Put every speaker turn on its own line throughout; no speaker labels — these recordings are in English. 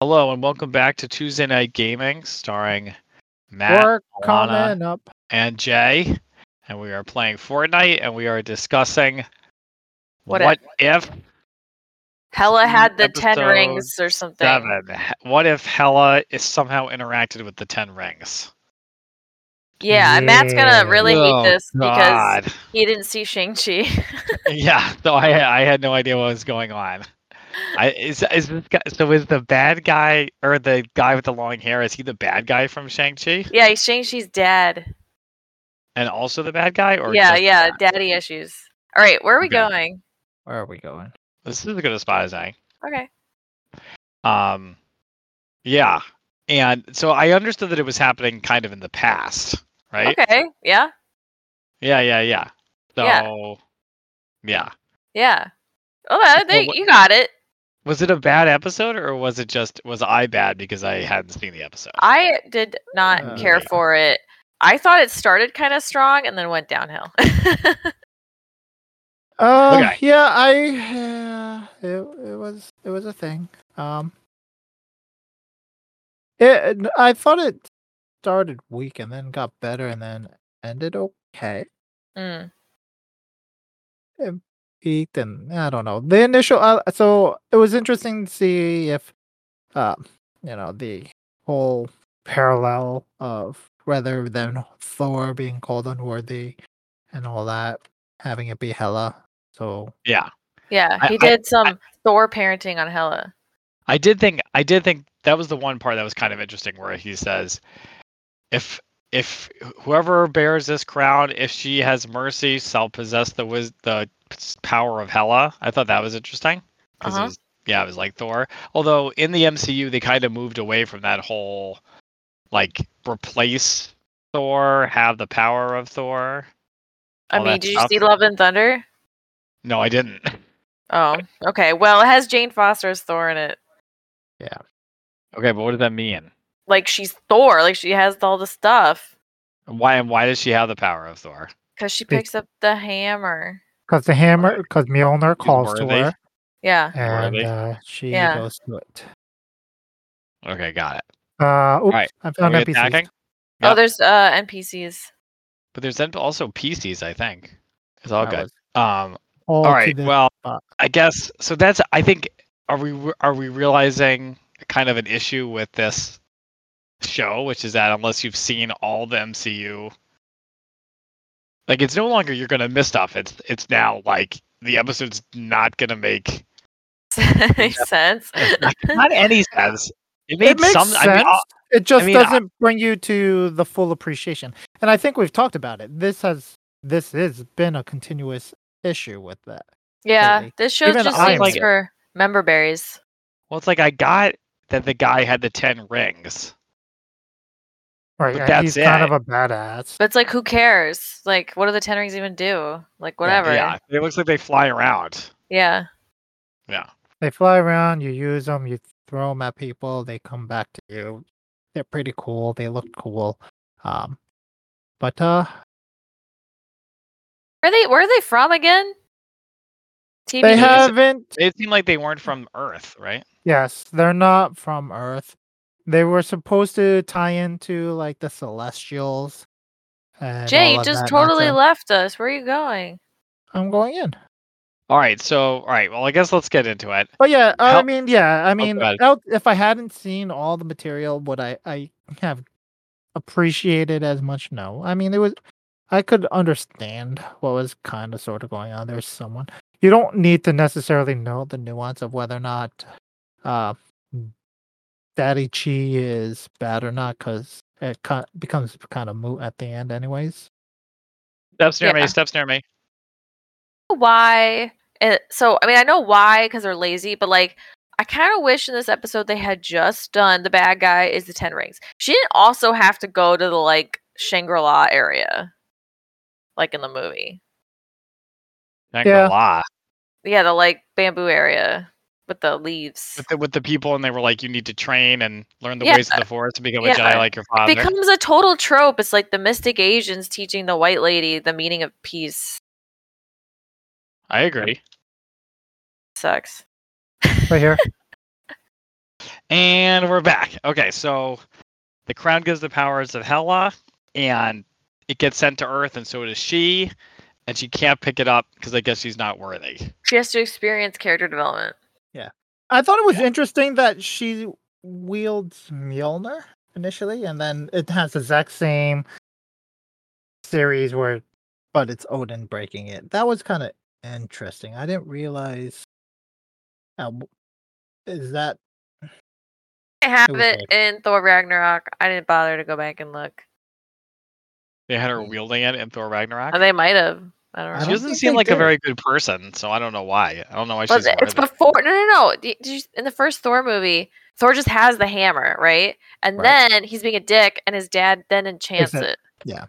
Hello and welcome back to Tuesday Night Gaming, starring Matt
or
Alana.
comment up.
and Jay, and we are playing Fortnite, and we are discussing
What
if,
Hella had the ten
Episode
rings or something.
seven? What if Hella is somehow interacted with the Ten Rings?
Yeah, and Matt's gonna
Yeah.
really
Oh,
hate this because
God.
he didn't see Shang Chi.
yeah, so I I had no idea what was going on. I, is is this guy, so is the bad guy or the guy with the long hair? Is he the bad guy from Shang Chi
yeah, Shang Chi's dad.
and also the bad guy? Or
yeah,
just the
yeah,
bad?
daddy issues. All right, where are we
Okay.
going?
Where are we going?
This is as good a spot as any.
Okay.
Um, yeah, and so I understood that it was happening kind of in the past, right?
Okay. Yeah.
Yeah, yeah, yeah.
Yeah.
So, yeah,
Yeah. Oh, I think
what-
you got it.
was it a bad episode or was it just was I bad because I hadn't seen the episode?
I did not
Uh,
care
Oh, yeah.
for it. I thought it started kind of strong and then went downhill.
Uh,
Okay.
yeah, I uh, it, it was it was a thing. Um, it it- I thought it started weak and then got better and then ended okay.
Mm,
Peaked and I don't know the initial. Uh, so it was interesting to see if, uh, you know, the whole parallel of rather than Thor being called unworthy and all that, having it be Hela. So
Yeah,
yeah,
I-
he
I-
did some Thor parenting on Hella.
I did think I did think that was the one part that was kind of interesting where he says, if if whoever bears this crown, if she has mercy, shall possess the wis- the power of Hela. I thought that was interesting. 'cause it
Uh-huh.
was- yeah, it was like Thor. Although in the MCU they kind of moved away from that whole like replace Thor, have the power of Thor.
I
all
mean,
that
did you
stuff.
see Love and Thunder?
No, I didn't.
Oh, okay. Well, it has Jane Foster as Thor in it.
Okay, but what does that mean?
Like she's Thor. Like she has all the stuff
Why and why does she have the power of Thor?
because she
Be-
picks up the hammer.
Because the hammer, because Mjolnir calls to
worthy.
her,
Yeah.
and
Worthy.
uh, she
Yeah.
goes to it.
Okay, got it.
Uh, oops,
Right.
I
Are
found
we
NPCs.
attacking? Yeah.
Oh, there's uh NPCs.
But there's then also PCs, I think. It's all
That
good.
was
Um, all
all Uh, to
right.
the-
Well,
spot.
I guess so. That's I think. Are we re- are we realizing kind of an issue with this show, which is that unless you've seen all the MCU, like it's no longer you're gonna miss stuff. It's it's now like the episode's not gonna make
Makes sense.
not any sense. It made
it makes
some.
sense.
I mean, uh,
it just
mean, I-
doesn't bring you to the full appreciation. And I think we've talked about it. This has this has been a continuous issue with that.
yeah,
Totally.
this show
Even
just
I
seems
like it.
for member berries.
well, it's like I got that the guy had the ten rings.
Right.
But
and he's
that's
kind
it.
of a badass.
But it's like, who cares? Like, what do the ten rings even do? Like, whatever.
Yeah,
Yeah.
it looks like they fly around. Yeah.
They fly around, you use them, you throw them at people, they come back to you. They're pretty cool. They look cool. Um, but uh,
Where are they? Where are they from again? TV.
they
is-
haven't
It seemed like they weren't from Earth, right?
Yes, they're not from Earth. They were supposed to tie into like the Celestials. and all
Jay, you
of
just
that
totally
nonsense.
left us. Where are you going?
I'm going in,
All right, so all right, well, I guess let's get into it.
but yeah, uh, I
How- Oh,
mean, yeah, I mean,
ahead.
out- if I hadn't seen all the material, would I I have appreciated as much? No, I mean, it was I could understand what was kind of sort of going on. There's someone you don't need to necessarily know the nuance of whether or not uh, Daddy Chi is bad or not because it ki- becomes kind of moot at the end, anyways.
Steps near me,
Yeah.
steps near me.
why it, so i mean i know why because they're lazy but like i kind of wish in this episode they had just done the bad guy is the ten rings she didn't also have to go to the like shangri-la area like in the movie
Yeah. Lie.
yeah the like bamboo area with the leaves
With the, with the people, and they were like, "You need to train and learn the
Yeah.
ways of the force to become a
Yeah.
Jedi like your father."
becomes a total trope it's like the mystic asians teaching the white lady the meaning of peace
I agree.
sucks
Right here,
And we're back. Okay, so the crown gives the powers of Hela, and it gets sent to Earth, and so does she. And she can't pick it up because I guess she's not worthy.
She has to experience character development.
I thought it was
Yeah.
interesting that she wields Mjolnir initially, and then it has the exact same series where, but it's Odin breaking it. That was kind of interesting. I didn't realize. How, w- is that
I have
It
it,
was
in Thor Ragnarok. I didn't bother to go back and look.
They had her wielding it in Thor Ragnarok.
Or they might have. I don't
Mm.
I
know.
She
don't
doesn't
think
seem
they
like a
did.
very good person, so I don't know why. I don't know why
But
she's.
it's
worthy.
before. No, no, no. Did- did you- in the first Thor movie, Thor just has the hammer, right? And
Right.
then he's being a dick, and his dad then enchants
it-
it.
it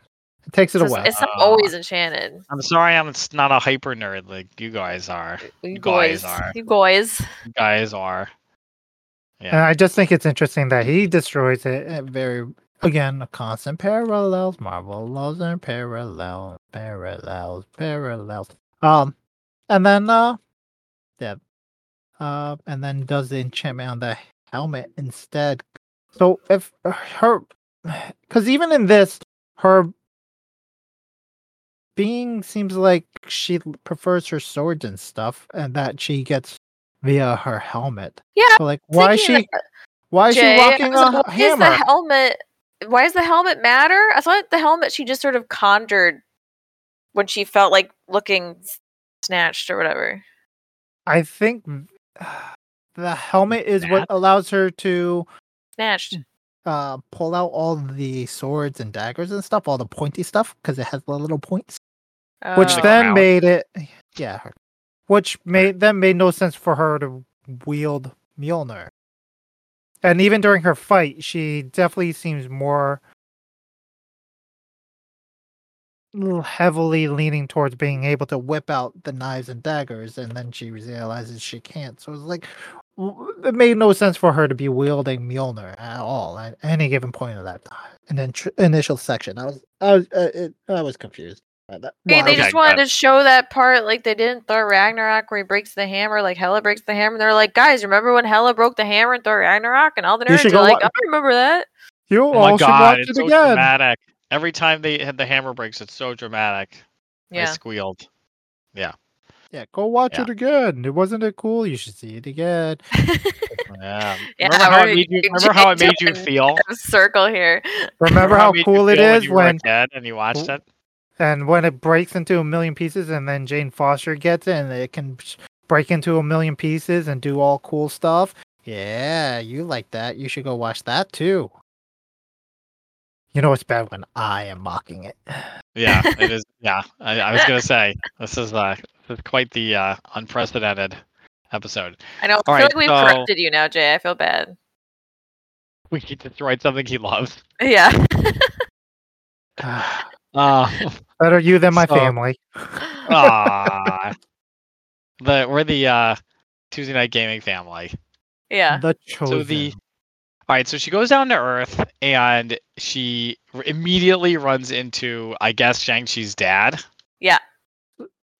takes it
So it's,
away?
it's not
Ah.
always enchanted.
I'm sorry, I'm s- not a hyper nerd like you guys are.
You
guys
guys,
are.
you guys.
You guys are.
And I just think it's interesting that he destroys it. uh, Very again, a constant parallels. Marvel loves and parallels, parallels, parallels. Um, and then uh, yeah, uh, and then does the enchantment on the helmet instead. So if her, because even in this, her being seems like she prefers her swords and stuff, and that she gets via her helmet.
Yeah,
So, like why is
Thinking
she why is she
Jay, I
rocking
was like,
a
why is
hammer?
the helmet? Why does the helmet matter? I thought the helmet she just sort of conjured when she felt like looking s- snatched or whatever.
I think the helmet is what allows her to
Snatched.
uh, pull out all the swords and daggers and stuff, all the pointy stuff, because it has the little points, which
The
Oh.
then
crown.
made it, yeah, her- which made then made no sense for her to wield Mjolnir. And even during her fight, she definitely seems more l- heavily leaning towards being able to whip out the knives and daggers, and then she realizes she can't. So it's like w- it made no sense for her to be wielding Mjolnir at all at any given point of that and then tr- initial section. I was I was uh, it, I was confused. by that.
Hey,
Why-
they
Okay,
just wanted
got
to show that part like they did in Thor Ragnarok where he breaks the hammer, like Hela breaks the hammer. And they're like, guys, remember when Hela broke the hammer in Thor Ragnarok? And all the
You
nerds
should
are
go
like, "Oh,
wa-
I remember that.
you
Oh my
all should
god,
watch
it's
it
so
again.
dramatic. Every time they had the hammer breaks, it's so dramatic. I
Yeah.
squealed.
Yeah, go watch
Yeah.
it again. It wasn't it cool? You should see it again.
Yeah.
Yeah,
remember how it
we're
made you remember
doing-
how it made you
doing-
feel?
Circle here.
Remember
it
how
made you
cool it
feel
is
you were a
when
kid and you watched it?
and when it breaks into a million pieces and then Jane Foster gets it and it can sh- break into a million pieces and do all cool stuff. Yeah, you like that. You should go watch that too. You know it's bad when I am mocking it.
Yeah, it is yeah. I, I was gonna say this is uh this is quite the uh unprecedented episode.
I know. I feel
All right,
like we've
so-
corrupted you now, Jay. I feel bad.
We destroyed something he loves.
Yeah.
Uh,
Better you than my
So-
family.
Ah, the we're the uh, Tuesday night gaming family.
yeah.
The chosen.
So the all right, so she goes down to Earth and she r- immediately runs into, I guess, Shang Chi's dad.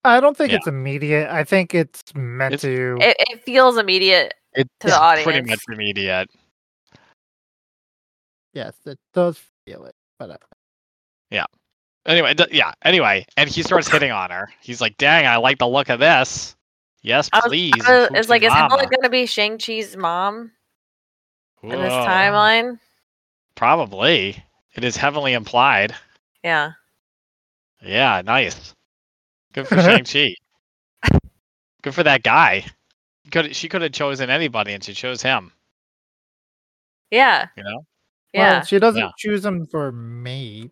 I don't think
Yeah.
it's immediate. I think it's meant
It's-
to.
It, it feels immediate.
It's
To the
pretty
audience.
much immediate.
yes, it does feel it. But uh,
Anyway, d- yeah. Anyway, and he starts hitting on her. He's like, "Dang, I like the look of this." Yes,
I was-
please.
Uh, it's like, is
Futurama."
Hella gonna be Shang Chi's mom in this
Whoa.
timeline?
Probably. It is heavily implied.
Yeah.
Yeah, nice. Good for Shang Chi. Good for that guy. Could she could have chosen anybody, and she chose him.
Yeah.
You know?
Yeah.
well, she doesn't
Yeah.
choose him for mate.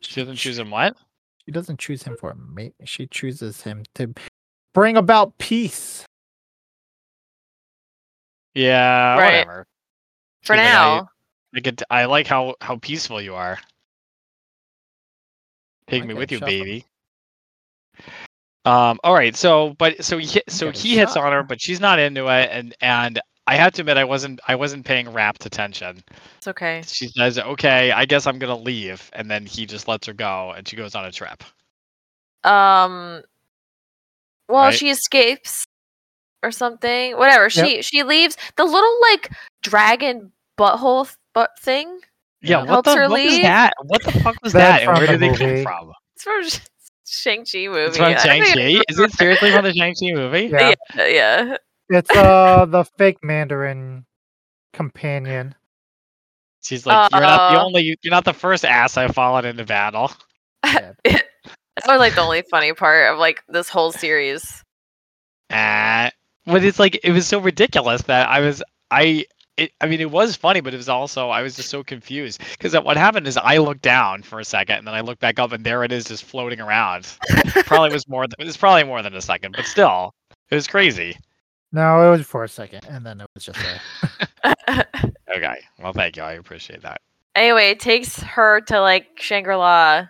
She doesn't choose him what?
She doesn't choose him for a mate. She chooses him to bring about peace.
Yeah,
Right.
whatever.
For
She's like,
now.
I, I, could, I like how how peaceful you are. Take me
Okay,
with you,
shuffle.
baby. Um. All right. So, but so he hit, so
getting
he hits
shot.
on her, but she's not into it, and and I have to admit, I wasn't I wasn't paying rapt attention.
It's okay.
She says, "Okay, I guess I'm gonna leave," and then he just lets her go, and she goes on a trip.
Um. Well,
Right?
she escapes or something. Whatever. She she leaves the little like dragon butthole th- butt thing.
Yeah,
Yeah.
what the
Helps her
what was
leave.
that? What the fuck was that?
That's
And
from
where
the
did they come
movie.
from?
It's from Shang Chi movie.
It's from
I don't
Shang
even
Chi. Is it
remember.
seriously from the Shang Chi movie?
Yeah.
Yeah, yeah.
It's uh the fake Mandarin companion.
She's like, you're not the
Uh.
only, you're not the first ass I've fallen into battle.
That's probably like the only funny part of like this whole series.
Ah, but it's like it was so ridiculous that I was, I, it, I mean, it was funny, but it was also I was just so confused because what happened is I looked down for a second and then I looked back up and there it is just floating around. probably was more. Th- it was probably more than a second, but still, it was crazy.
No, it was for a second, and then it was just there.
Okay, well, thank you. I appreciate that.
anyway, it takes her to like Shangri La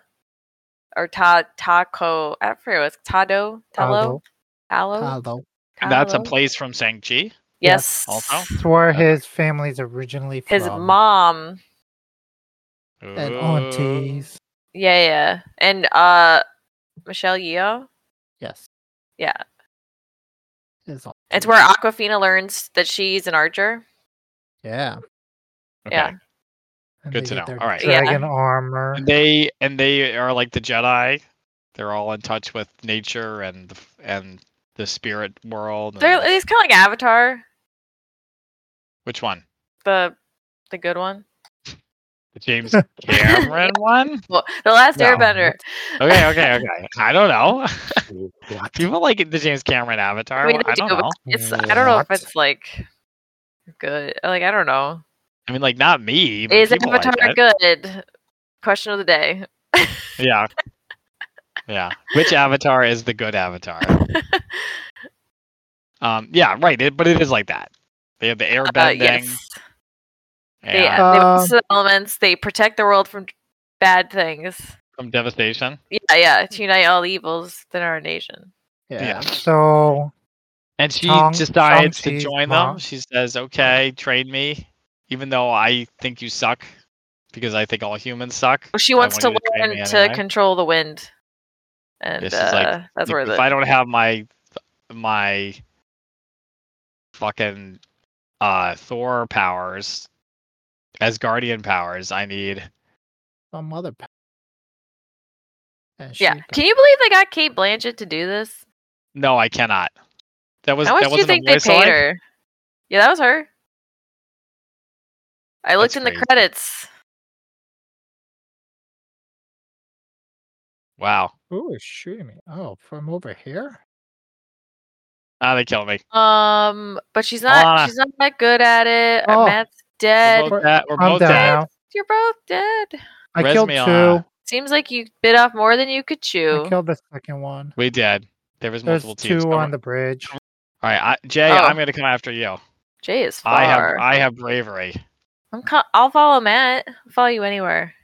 or Ta Taco. I forget what's Tado Talo Talo.
Although
And that's a
Talo?
place from Shang Chi.
Yes.
also.
it's where
Okay.
his family's originally from.
His mom.
and aunties.
Yeah, yeah, and uh, Michelle Yeoh.
Yes.
Yeah.
His aunties.
It's where Aquafina learns that she's an archer.
Yeah.
Yeah.
and
Good
they
to
get
know.
their
All right.
Yeah.
Dragon armor.
And they and they are like the Jedi. They're all in touch with nature and the f- and the spirit world. and
They're
the-
he's kind of like Avatar,
which one?
the the good one.
The James Cameron one?
Well, the last
No.
Airbender.
Okay, okay, okay. I don't know.
What?
People like the James Cameron Avatar.
I mean,
one.
they
I don't
do, but
know.
It's I don't know if
What?
it's like good. Like I don't know.
I mean, like not me. But
Is
people like
Avatar
it.
good? Question of the day. Uh,
Yeah. Yeah. Which Avatar is the good Avatar? um. Yeah. Right. It, but it is like that. They have the
Uh,
airbending.
yes. They,
and
uh,
Um,
they balance the elements. They protect the world from bad things.
from devastation.
Yeah, yeah. To unite all evils that are a nation.
Yeah.
Yeah.
So
And she
Tong-
decides to
Shang-Chi's
join
mom.
them. She says, "Okay, train me, even though I think you suck, because I think all humans suck."
Well, She
I
wants
want
to
you to train
learn
me
to
anyway.
control the wind, and
This is like-
uh,
Like,
that's where
if
the
I don't have my my fucking uh Thor powers as guardian powers, I need
some other. pa- And she
yeah.
got-
Can you believe they got Kate Blanchett to do this?
no, I cannot. That was
How much
that
do you
wasn't
think
a
they
voice
paid
line?
her? Yeah, that was her. I looked
That's
in
crazy.
the credits.
Wow.
Who is shooting me? Oh, from over here?
Ah, they killed me.
Um, but she's not.
Alana.
She's not that good at it. Uh,
Oh.
Matt's
We're
dead.
Ah. both, dead- we're
I'm
both
down
dead.
now.
You're both dead.
I
Res
killed
me
two.
Seems like you bit off more than you could chew.
I killed the second one.
We did. There was
There's
multiple teams.
two
Someone-
on the bridge.
All right, I, Jay,
Oh.
I'm gonna come after you.
Jay is far.
I have I have bravery.
I'm co- I'll follow Matt. I'll follow you anywhere.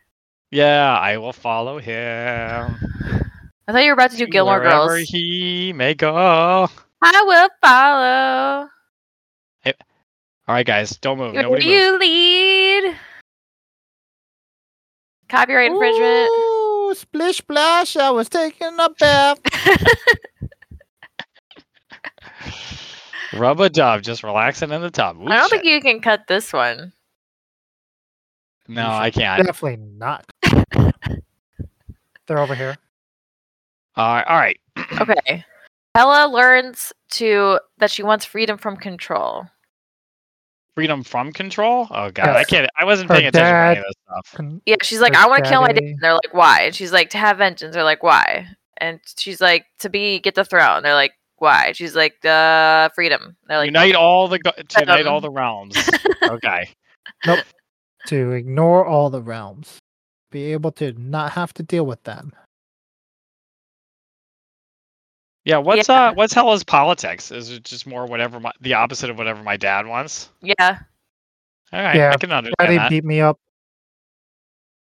Yeah, I will follow him.
I thought you were about to do Gilmore
Um, wherever
Girls.
he may go.
I will follow.
All right, guys, don't move.
Where
Nobody
do
move.
you lead? Copyright infringement.
Ooh, splish splash! I was taking a bath.
Rub a dub, just relaxing in the tub. Ooh,
I don't
shit.
think you can cut this one.
No, I can't.
Definitely not. They're over here.
All right, all right.
Okay. Bella learns to that she wants freedom from control.
Freedom from control. Oh god, I
Yes.
can't. I wasn't
Her
paying attention to any
dad-
of this stuff.
Con-
Yeah, she's like, I want to kill my dad.
Daddy.
And they're like, why? And she's like, to have vengeance. They're like, why? And she's like, to be get the throne. They're like, why? She's like, the freedom. They're like,
unite all the go- to unite all
Um.
the realms. okay.
To ignore all the realms. Be able to not have to deal with them.
Yeah. What's
Yeah.
uh What's Hella's politics? Is it just more whatever my, the opposite of whatever my dad wants?
yeah,
All right,
Yeah,
I can understand
Daddy
that.
beat me up.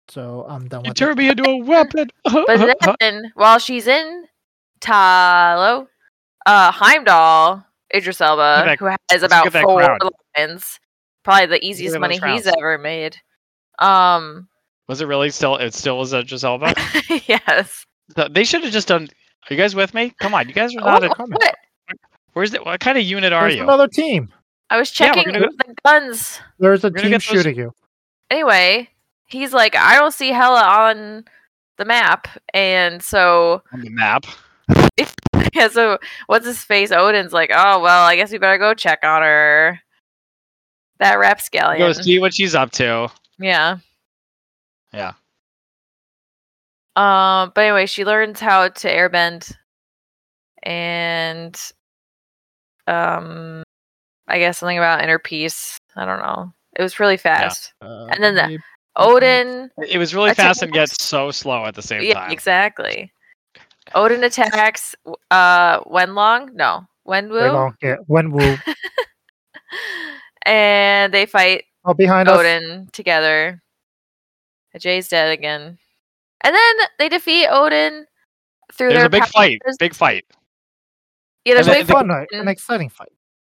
So I'm done
You
with
turned me into a weapon.
But then while she's in Talo, uh, Heimdall, Idris Elba,
Look at that-
who has
look
about
at that
four
crown.
lines, probably the easiest
those
money he's
crowns.
ever made. Um,
was it really still? It still was Idris Elba.
yes.
Th- they should have just done. Are you guys with me? Come on, you guys are not.
What-
a-
comment.
what-
Where's it? What kind of unit are
There's
you?
another team.
I was
Yeah, we're
checking
gonna
the guns.
There's a
We're gonna
team
get those-
shooting you.
Anyway, he's like, I don't see Hella on the map, and so
On the map.
yeah, so what's his face? Odin's like, oh well, I guess we better go check on her. That
You Go
rapscallion.
see what she's up to.
Yeah.
Yeah.
Um, but anyway, she learns how to airbend and um I guess something about inner peace. I don't know. It was really fast. And then the- Odin
It was really
That's it.
fast and gets so slow at the same
Yeah,
time.
exactly. Odin attacks w- uh Wenlong? No.
They
Wenwu.
won't get when Wu.
And they fight
Oh, behind us.
Odin together. Jay's dead again. And then they defeat Odin through
There's
their
a big
power-
fight.
there's-
Big fight.
Yeah, there's
It
a
And
was
they-
big
a
they-
fight.
fun night, an exciting fight.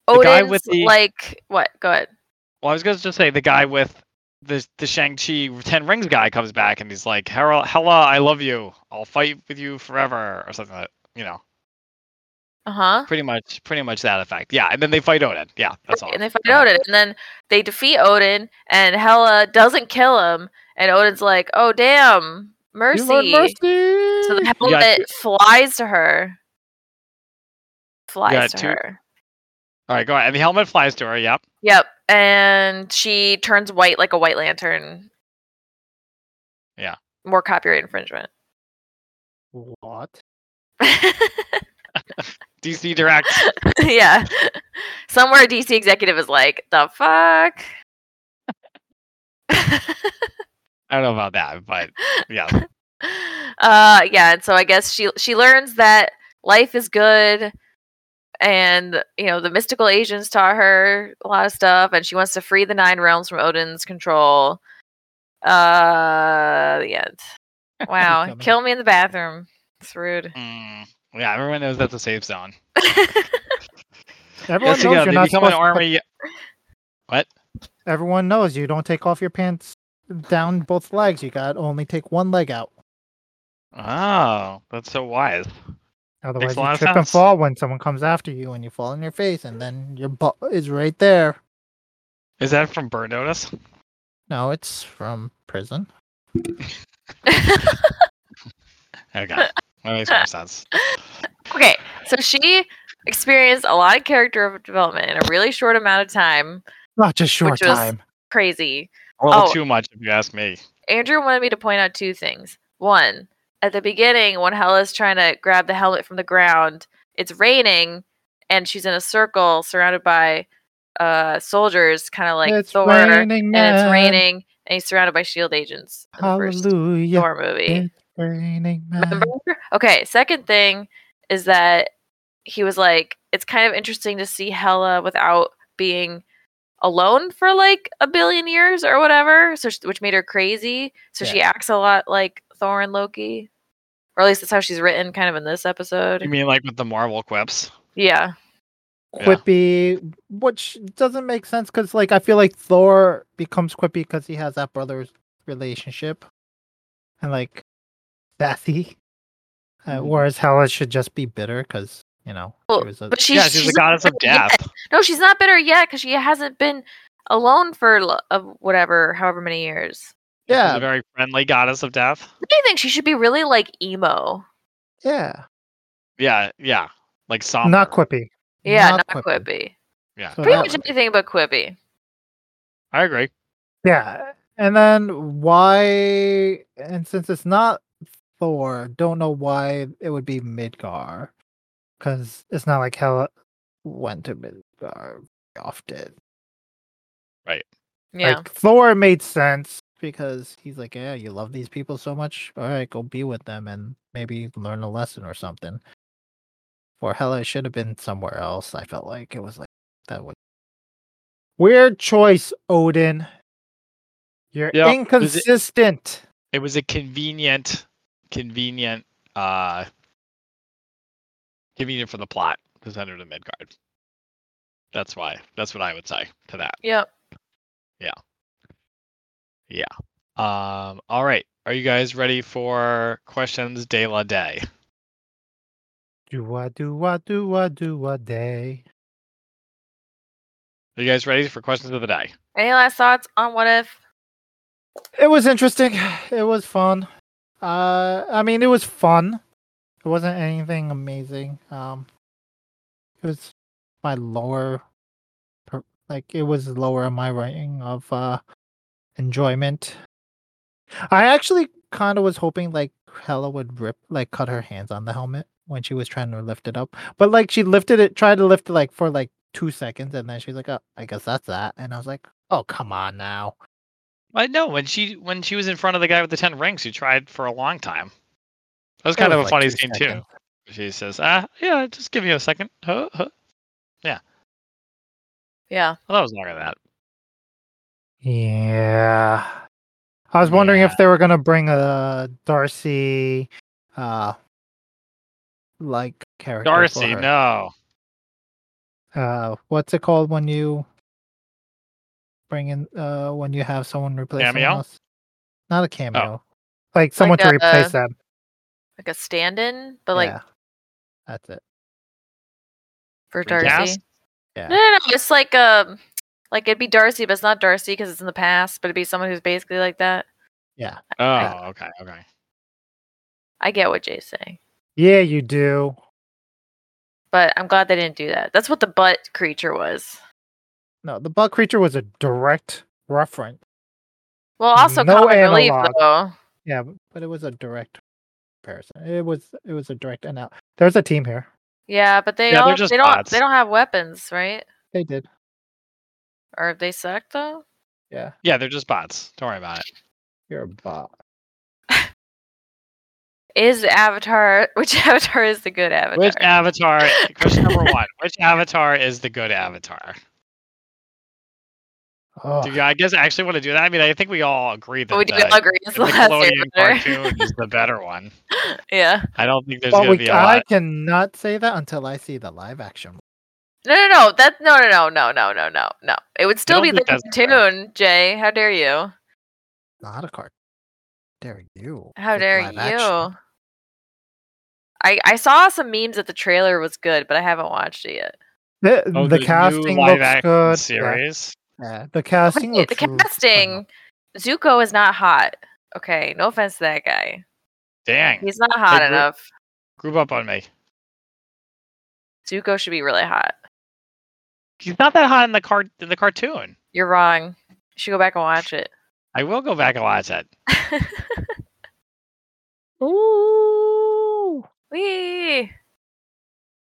the guy
Odin's
with the-
like what? Go ahead.
Well, I was going to say the guy with the the Shang Chi Ten Rings guy comes back and he's like, "Hera- "Hella, I love you. I'll fight with you forever," or something. Like, you know,
Uh huh.
pretty much, pretty much that effect. Yeah, and then they fight Odin. Yeah, that's all.
And they fight
Go ahead.
Odin, and then they defeat Odin, and Hela doesn't kill him, and Odin's like, "Oh damn, mercy!"
You learn mercy.
So the
You got
helmet flies to her. Flies
got
to
two-
her.
All right, go ahead. And the helmet flies to her. Yep.
Yep, and she turns white like a White Lantern.
Yeah.
More copyright infringement.
what?
DC Direct.
yeah. Somewhere a DC executive is like, the fuck?
I don't know about that, but yeah.
uh yeah, and so I guess she she learns that life is good and you know, the mystical agents taught her a lot of stuff and she wants to free the nine realms from Odin's control. Uh the end. Wow.
coming.
Kill me in the bathroom. It's rude.
Mm, yeah, everyone knows that's a safe zone.
Everyone
Yes,
knows
you
you're
go. They
not
become an
supposed to put-
army.
Everyone knows you don't take off your pants down both legs. You got to only take one leg out.
Oh, that's so wise.
Otherwise,
lot
you
of
trip and
sense.
fall when someone comes after you, and you fall on your face, and then your butt is right there.
Is that from Burn Notice?
No, it's from prison.
Okay, that makes more sense.
Okay, so she experienced a lot of character development in a really short amount of time.
Not just short
Which was-
time.
Crazy.
A little
Oh.
too much, if you ask me.
Andrew wanted me to point out two things. One, at the beginning, when Hella's trying to grab the helmet from the ground, it's raining, and she's in a circle surrounded by uh, soldiers, kind of like
it's
Thor,
raining,
and it's
man.
raining, and he's surrounded by Shield E agents. In the first
Hallelujah.
Thor movie.
It's raining, man.
Remember? Mm-hmm. Okay, second thing is that he was like, it's kind of interesting to see Hella without being alone for like a billion years or whatever, so sh which made her crazy. So she acts a lot like Thor and Loki, or at least that's how she's written, kind of in this episode.
You mean like with the Marvel quips?
yeah,
Yeah.
Quippy, which doesn't make sense because, like, I feel like Thor becomes Quippy because he has that brother's relationship, and like, sassy. Uh,
Mhm.
whereas Hela should just be bitter because you know.
Well,
it was a-
but she's
yeah, she's, the
not
goddess of
bitter
death.
yet. No, she's not bitter yet because she hasn't been alone for lo- of whatever, however many years.
She's
yeah,
a very friendly goddess of death.
What do you think? She should be really like emo.
yeah,
Yeah, yeah. Like somber.
not Quippy.
Yeah,
Not
not,
Quippy.
Quippy.
Yeah,
So
Pretty
that
much
would-
anything but Quippy.
I agree.
Yeah, and then why? And since it's not Thor, don't know why it would be Midgar, because it's not like Hela went to Midgar often.
Yeah.
Like Thor made sense because he's like, yeah, you love these people so much. All right, go be with them and maybe learn a lesson or something. For Hela, it should have been somewhere else. I felt like it was like that was weird choice, Odin. You're
Yeah, it was-
inconsistent.
It was a convenient, convenient, uh, convenient for the plot to send her to Midgard. That's why. That's what I would say to that.
Yep.
Um, all right. Are you guys ready for questions de la day?
Do I do I do I do I day?
Are you guys ready for questions of the day?
Any last thoughts on what if?
It was interesting. It was fun. Uh, I mean, it was fun. It wasn't anything amazing. Um, it was my lower, per- like it was lower in my ranking of uh enjoyment. I actually kind of was hoping like Hella would rip, like cut her hands on the helmet when she was trying to lift it up, but like she lifted it, tried to lift it like for like two seconds, and then she's like, "Oh, I guess that's that," and I was like, "Oh, come on now."
I know when she when she was in front of the guy with the ten rings, she tried for a long time. That was kind
It
of a
was, like,
funny
two
scene
seconds.
too. She says, "Ah, yeah, just give me a second. Huh, huh.
Yeah.
Well, that was longer than that.
Yeah. I was wondering
Yeah.
if they were gonna bring a Darcy uh like character. for
Darcy,
her.
no.
Uh what's it called when you bring in uh when you have someone replace someone
Cameo? Oh.
else? Not a cameo. Like someone to
a-
replace them.
Like a stand-in, but like
yeah. That's it.
for Darcy.
Recast?
Yeah.
No, no, no. It's like um, like it'd be Darcy, but it's not Darcy because it's in the past. But it'd be someone who's basically like that.
Yeah.
Oh, okay, okay.
I get what Jay's saying,
Yeah, you do.
but I'm glad they didn't do that. That's what the butt creature was.
No, the bug creature was a direct reference.
Well, also
No
comic relief
analog.
though.
Yeah, b- but it was a direct comparison. It was it was a direct and out. There's a team here.
Yeah, but they
Yeah, they're
all
just
they don't
bots.
they don't have weapons, right?
They did.
Or they suck though.
Yeah,
Yeah, they're just bots. Don't worry about it.
you're a bot.
Is Avatar which Avatar is the good Avatar?
Which avatar? Question number one. Which avatar is the good avatar?
Oh,
Do you, I guess I actually want to do that. I mean, I think we all agree that
we do
the,
agree it's
the
the last
Nickelodeon
Airbender.
cartoon is the better one.
yeah.
I don't think there's
well,
gonna
we,
be a
I
lot.
cannot say that until I see the live action.
No, no, no. That no, no, no, no, no, no, no, no. It would still
don't
be the
think that's fair.
cartoon, Jay. How dare you?
Not a card. Dare you?
How
It's
dare
live
you?
action.
I I saw some memes that the trailer was good, but I haven't watched it yet.
The,
Oh,
the
new
casting
live
looks
action
good. Yeah,
Series.
yeah, the casting looks
Wait, the
r- phenomenal.
casting, Zuko is not hot. Okay, no offense to that guy.
Dang,
He's not hot
Like, re-
enough.
group up on me.
Zuko should be really hot.
He's not that hot in the card in the cartoon.
You're wrong. You should go back and watch it.
I will go back and watch it.
Ooh.
Wee.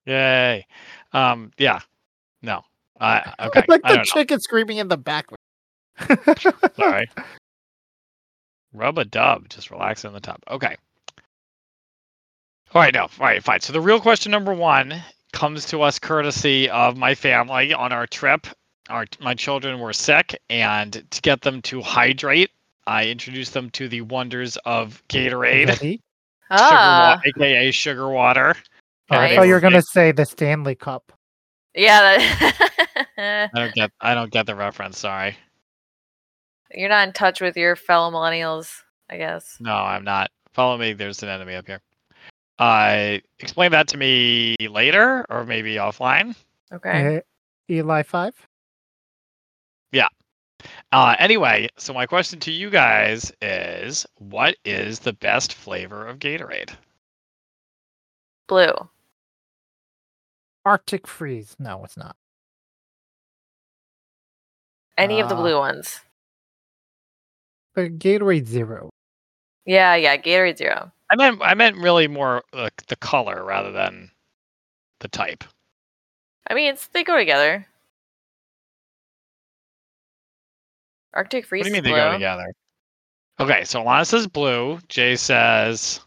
Yay. Um. Yeah. No. I okay.
like
I
the
don't
chicken screaming in the background.
know. Sorry. Rub a dub. Just relax on the top. Okay. All right. No. All right. Fine. So the real question number one comes to us courtesy of my family on our trip. Our my children were sick, and to get them to hydrate, I introduced them to the wonders of Gatorade.
Ready?
sugar
Ah.
wa- aka sugar water.
Oh, I
Nice.
thought you were
Gatorade.
gonna say the Stanley Cup.
Yeah. That-
I don't get. I don't get the reference. Sorry.
You're not in touch with your fellow millennials, I guess.
No, I'm not. Follow me. There's an enemy up here. Uh, explain that to me later, or maybe offline.
Okay.
Eh, Eli Five.
Uh, anyway, so my question to you guys is, what is the best flavor of Gatorade?
Blue.
Arctic Freeze. No, it's not.
Any of the
Ah.
blue ones.
But Gatorade Zero.
Yeah, yeah. Gatorade Zero.
I meant, I meant really more the, the color rather than the type.
I mean, it's, they go together. Arctic Freeze.
What do you mean
is
they go
blue.
together? Okay, so Lana says blue. Jay says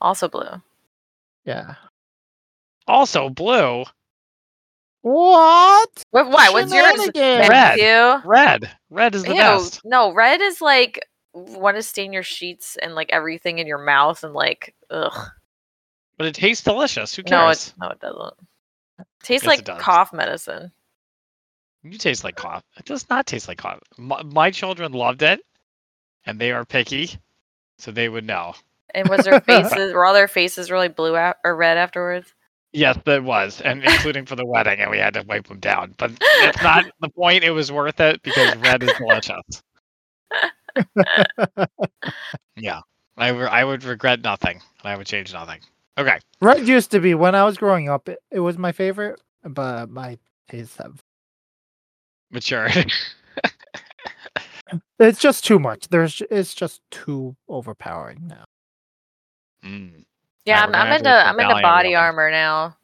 Also blue.
Yeah.
also blue.
What?
What? Why? What's yours?
Red.
Shenanigans.
Matthew?
Red. Red is the
Ew,
best.
No, red is like want to stain your sheets and like everything in your mouth and like ugh.
But it tastes delicious. Who cares?
No, it no, it doesn't.
Yes,
Tastes
it
like
does.
cough medicine.
You taste like cough. It does not taste like cough. My, my children loved it, and they are picky, so they would know.
And was their faces were all their faces really blue out or red afterwards?
Yes, it was, and including for the wedding, and we had to wipe them down. But it's not the point. It was worth it because red is delicious. yeah, I, re- I would regret nothing, and I would change nothing. Okay,
Red used to be when I was growing up. It, it was my favorite, but my tastes have.
maturity.
It's just too much. There's it's just too overpowering now.
Mm.
Yeah,
Yeah,
I'm,
we're gonna
I'm
have to
into
look for
I'm into
Valium
body
real quick.
armor now.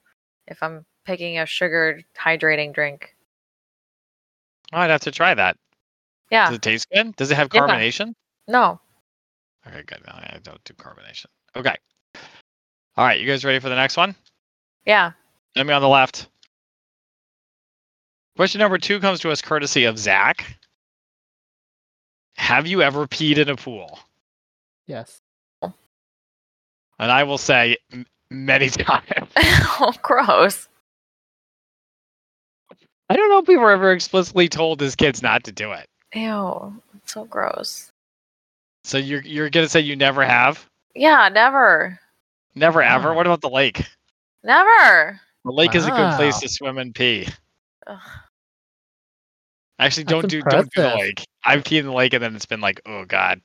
If I'm picking a sugared hydrating drink,
I'd have to try that.
yeah,
Does it taste good? Does it have
Yeah.
carbonation?
no,
Okay, good. No, I don't do carbonation. Okay. All right, you guys ready for the next one?
yeah,
Enemy on the left. Question number two comes to us courtesy of Zach. Have you ever peed in a pool?
Yes.
And I will say m- many times.
oh gross.
I don't know if we were ever explicitly told as kids not to do it.
Ew, it's so gross.
So you're you're gonna say you never have,
Yeah, never,
never
Ah.
ever. What about the lake?
never.
The lake is a good place
Wow.
to swim and pee.
Ugh.
Actually,
That's
don't do don't do the
impressive.
lake. I've peed in the lake and then it's been like, oh god,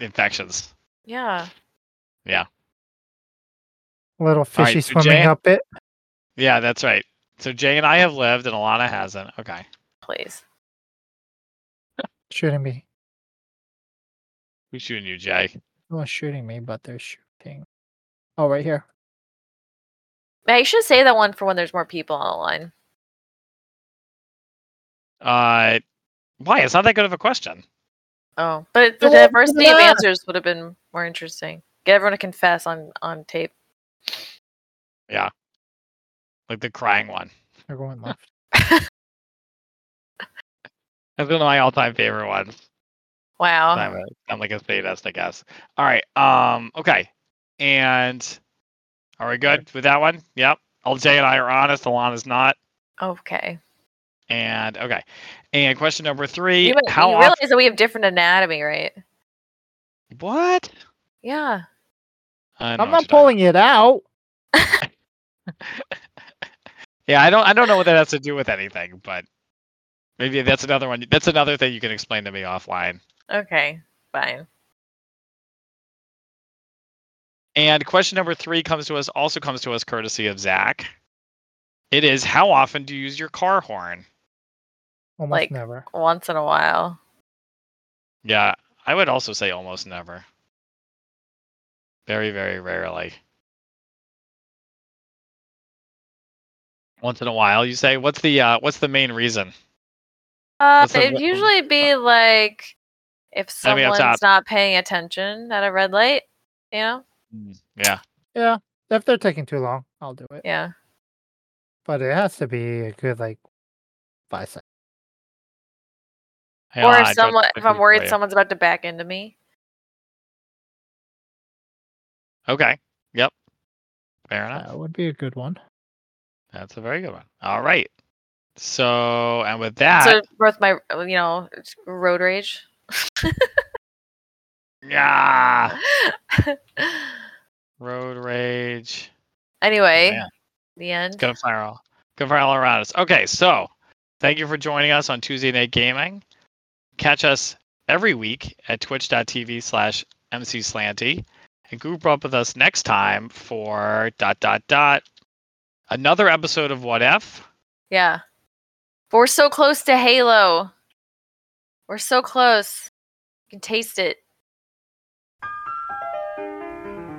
infections.
Yeah,
Little
right,
fishy
so
swimming
Jan-
up it.
Yeah, that's right. So Jay and I have lived, and Alana hasn't. Okay.
please.
Shooting me.
Who's shooting you, Jay?
No one's shooting me, but they're shooting. Oh, right here.
Man, you should say that one for when there's more people on the line.
Uh, why? It's not that good of a question.
Oh, but the
Don't do
diversity of
that.
answers would have been more interesting. Get everyone to confess on on tape.
Like the crying one.
They're going left.
That's one of my all-time favorite ones.
Uh-huh.
Wow.
I'm, a, I'm like a sadist, I guess. All right. Um. Okay. And are we good with that one? Yep. LJ and I are honest. Alana's not.
Okay.
And okay. And question number three:
You, might-
How
you
often?
realize that we have different anatomy, right?
What?
Yeah.
I know what
I'm not
you're talking-
pulling it out.
Yeah, I don't. I don't know what that has to do with anything, but maybe that's another one. That's another thing you can explain to me offline.
Okay. Fine.
And question number three comes to us also comes to us courtesy of Zach. It is how often do you use your car horn?
Almost
Like-
never.
Once in a while.
Yeah, I would also say almost never. Very, very rarely. Once in a while, you say. What's the uh, what's the main reason?
Uh,
What's the
it'd
re-
usually be like if
I mean, up
someone's
top.
not paying attention at a red light. You know?
Yeah,
If they're taking too long, I'll do it.
Yeah.
But it has to be a good like five seconds.
Hang
or
on, I
if
tried to
someone,
find
if
it
I'm
for
worried
you.
someone's about to back into me.
Okay. Yep. Fair enough.
That would be a good one.
That's a very good one. All right. So, and with that,
so worth my, you know, road rage.
yeah, road rage.
anyway,
Man.
the end.
Good viral. Good viral around us. Okay, so thank you for joining us on Tuesday Night Gaming. Catch us every week at twitch.tv slash mcslanty and group up with us next time for dot dot dot another episode of What If.
Yeah. But we're so close to Halo. We're so close. You can taste it.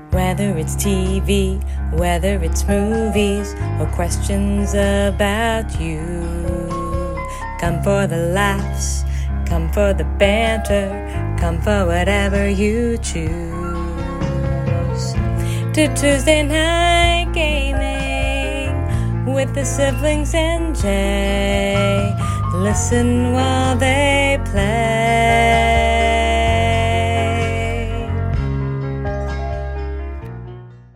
Whether it's TV, whether it's movies, or questions about you. Come for the laughs, come for the banter, come for whatever you choose. To Tuesday Night Gaming with the siblings and Jay. Listen while they play.